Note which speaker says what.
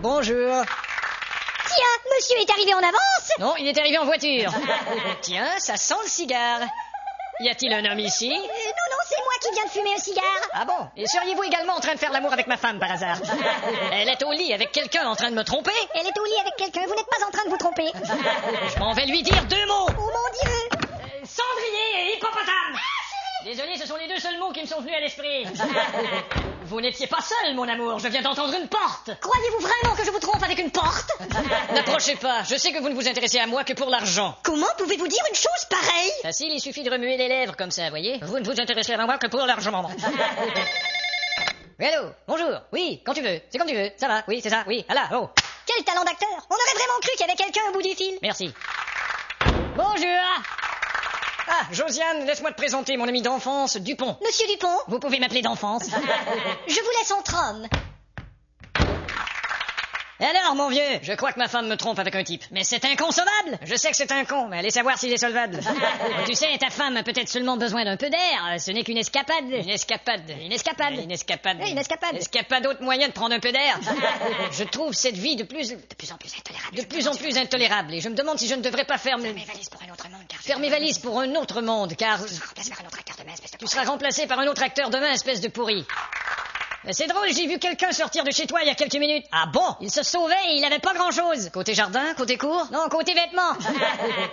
Speaker 1: Bonjour.
Speaker 2: Tiens, monsieur est arrivé en avance.
Speaker 1: Non, il est arrivé en voiture. Tiens, ça sent le cigare. Y a-t-il un homme ici
Speaker 2: Euh, non, non, c'est moi qui viens de fumer un cigare.
Speaker 1: Ah bon Et seriez-vous également en train de faire l'amour avec ma femme par hasard Elle est au lit avec quelqu'un en train de me tromper
Speaker 2: Elle est au lit avec quelqu'un, vous n'êtes pas en train de vous tromper.
Speaker 1: Je m'en vais lui dire deux mots
Speaker 2: Oh mon dieu.
Speaker 1: Cendrier et hippopotame Désolé, ce sont les deux seuls mots qui me sont venus à l'esprit. Vous n'étiez pas seul, mon amour, je viens d'entendre une porte
Speaker 2: Croyez-vous vraiment que je vous trompe avec une porte
Speaker 1: N'approchez pas, je sais que vous ne vous intéressez à moi que pour l'argent.
Speaker 2: Comment pouvez-vous dire une chose pareille
Speaker 1: Facile, Ah, il suffit de remuer les lèvres comme ça, voyez Vous ne vous intéressez à moi que pour l'argent. Oui, allô, bonjour, oui, quand tu veux, c'est comme tu veux, ça va, oui, c'est ça, oui, ah là, oh,
Speaker 2: Quel talent d'acteur On aurait vraiment cru qu'il y avait quelqu'un au bout du fil.
Speaker 1: merci. Bonjour Ah, Josiane, laisse-moi te présenter mon ami d'enfance, Dupont.
Speaker 2: Monsieur Dupont,
Speaker 1: Vous pouvez m'appeler d'enfance.
Speaker 2: je vous laisse entre hommes.
Speaker 1: Et alors, mon vieux, je crois que ma femme me trompe avec un type. Mais c'est inconcevable Je sais que c'est un con, mais allez savoir s'il est solvable. tu sais, ta femme a peut-être seulement besoin d'un peu d'air. Euh, Ce n'est qu'une escapade. Une escapade. Une escapade. Une escapade. Ah,
Speaker 2: Oui, une escapade.
Speaker 1: Escapade d'autres moyens de prendre un peu d'air. je trouve cette vie de plus... De plus en plus intolérable. De plus en plus intolérable. Et je me demande si je ne devrais pas faire... Faire mes valises pour un autre monde, car... Faire mes valises pour un autre monde, car... par un autre acteur demain, espèce de... Tu seras remplacé par un autre acteur demain, espèce de pourri. Mais c'est drôle, j'ai vu quelqu'un sortir de chez toi il y a quelques minutes. Ah bon Il se sauvait et il avait pas grand-chose. Côté jardin, côté cour Non, côté vêtements.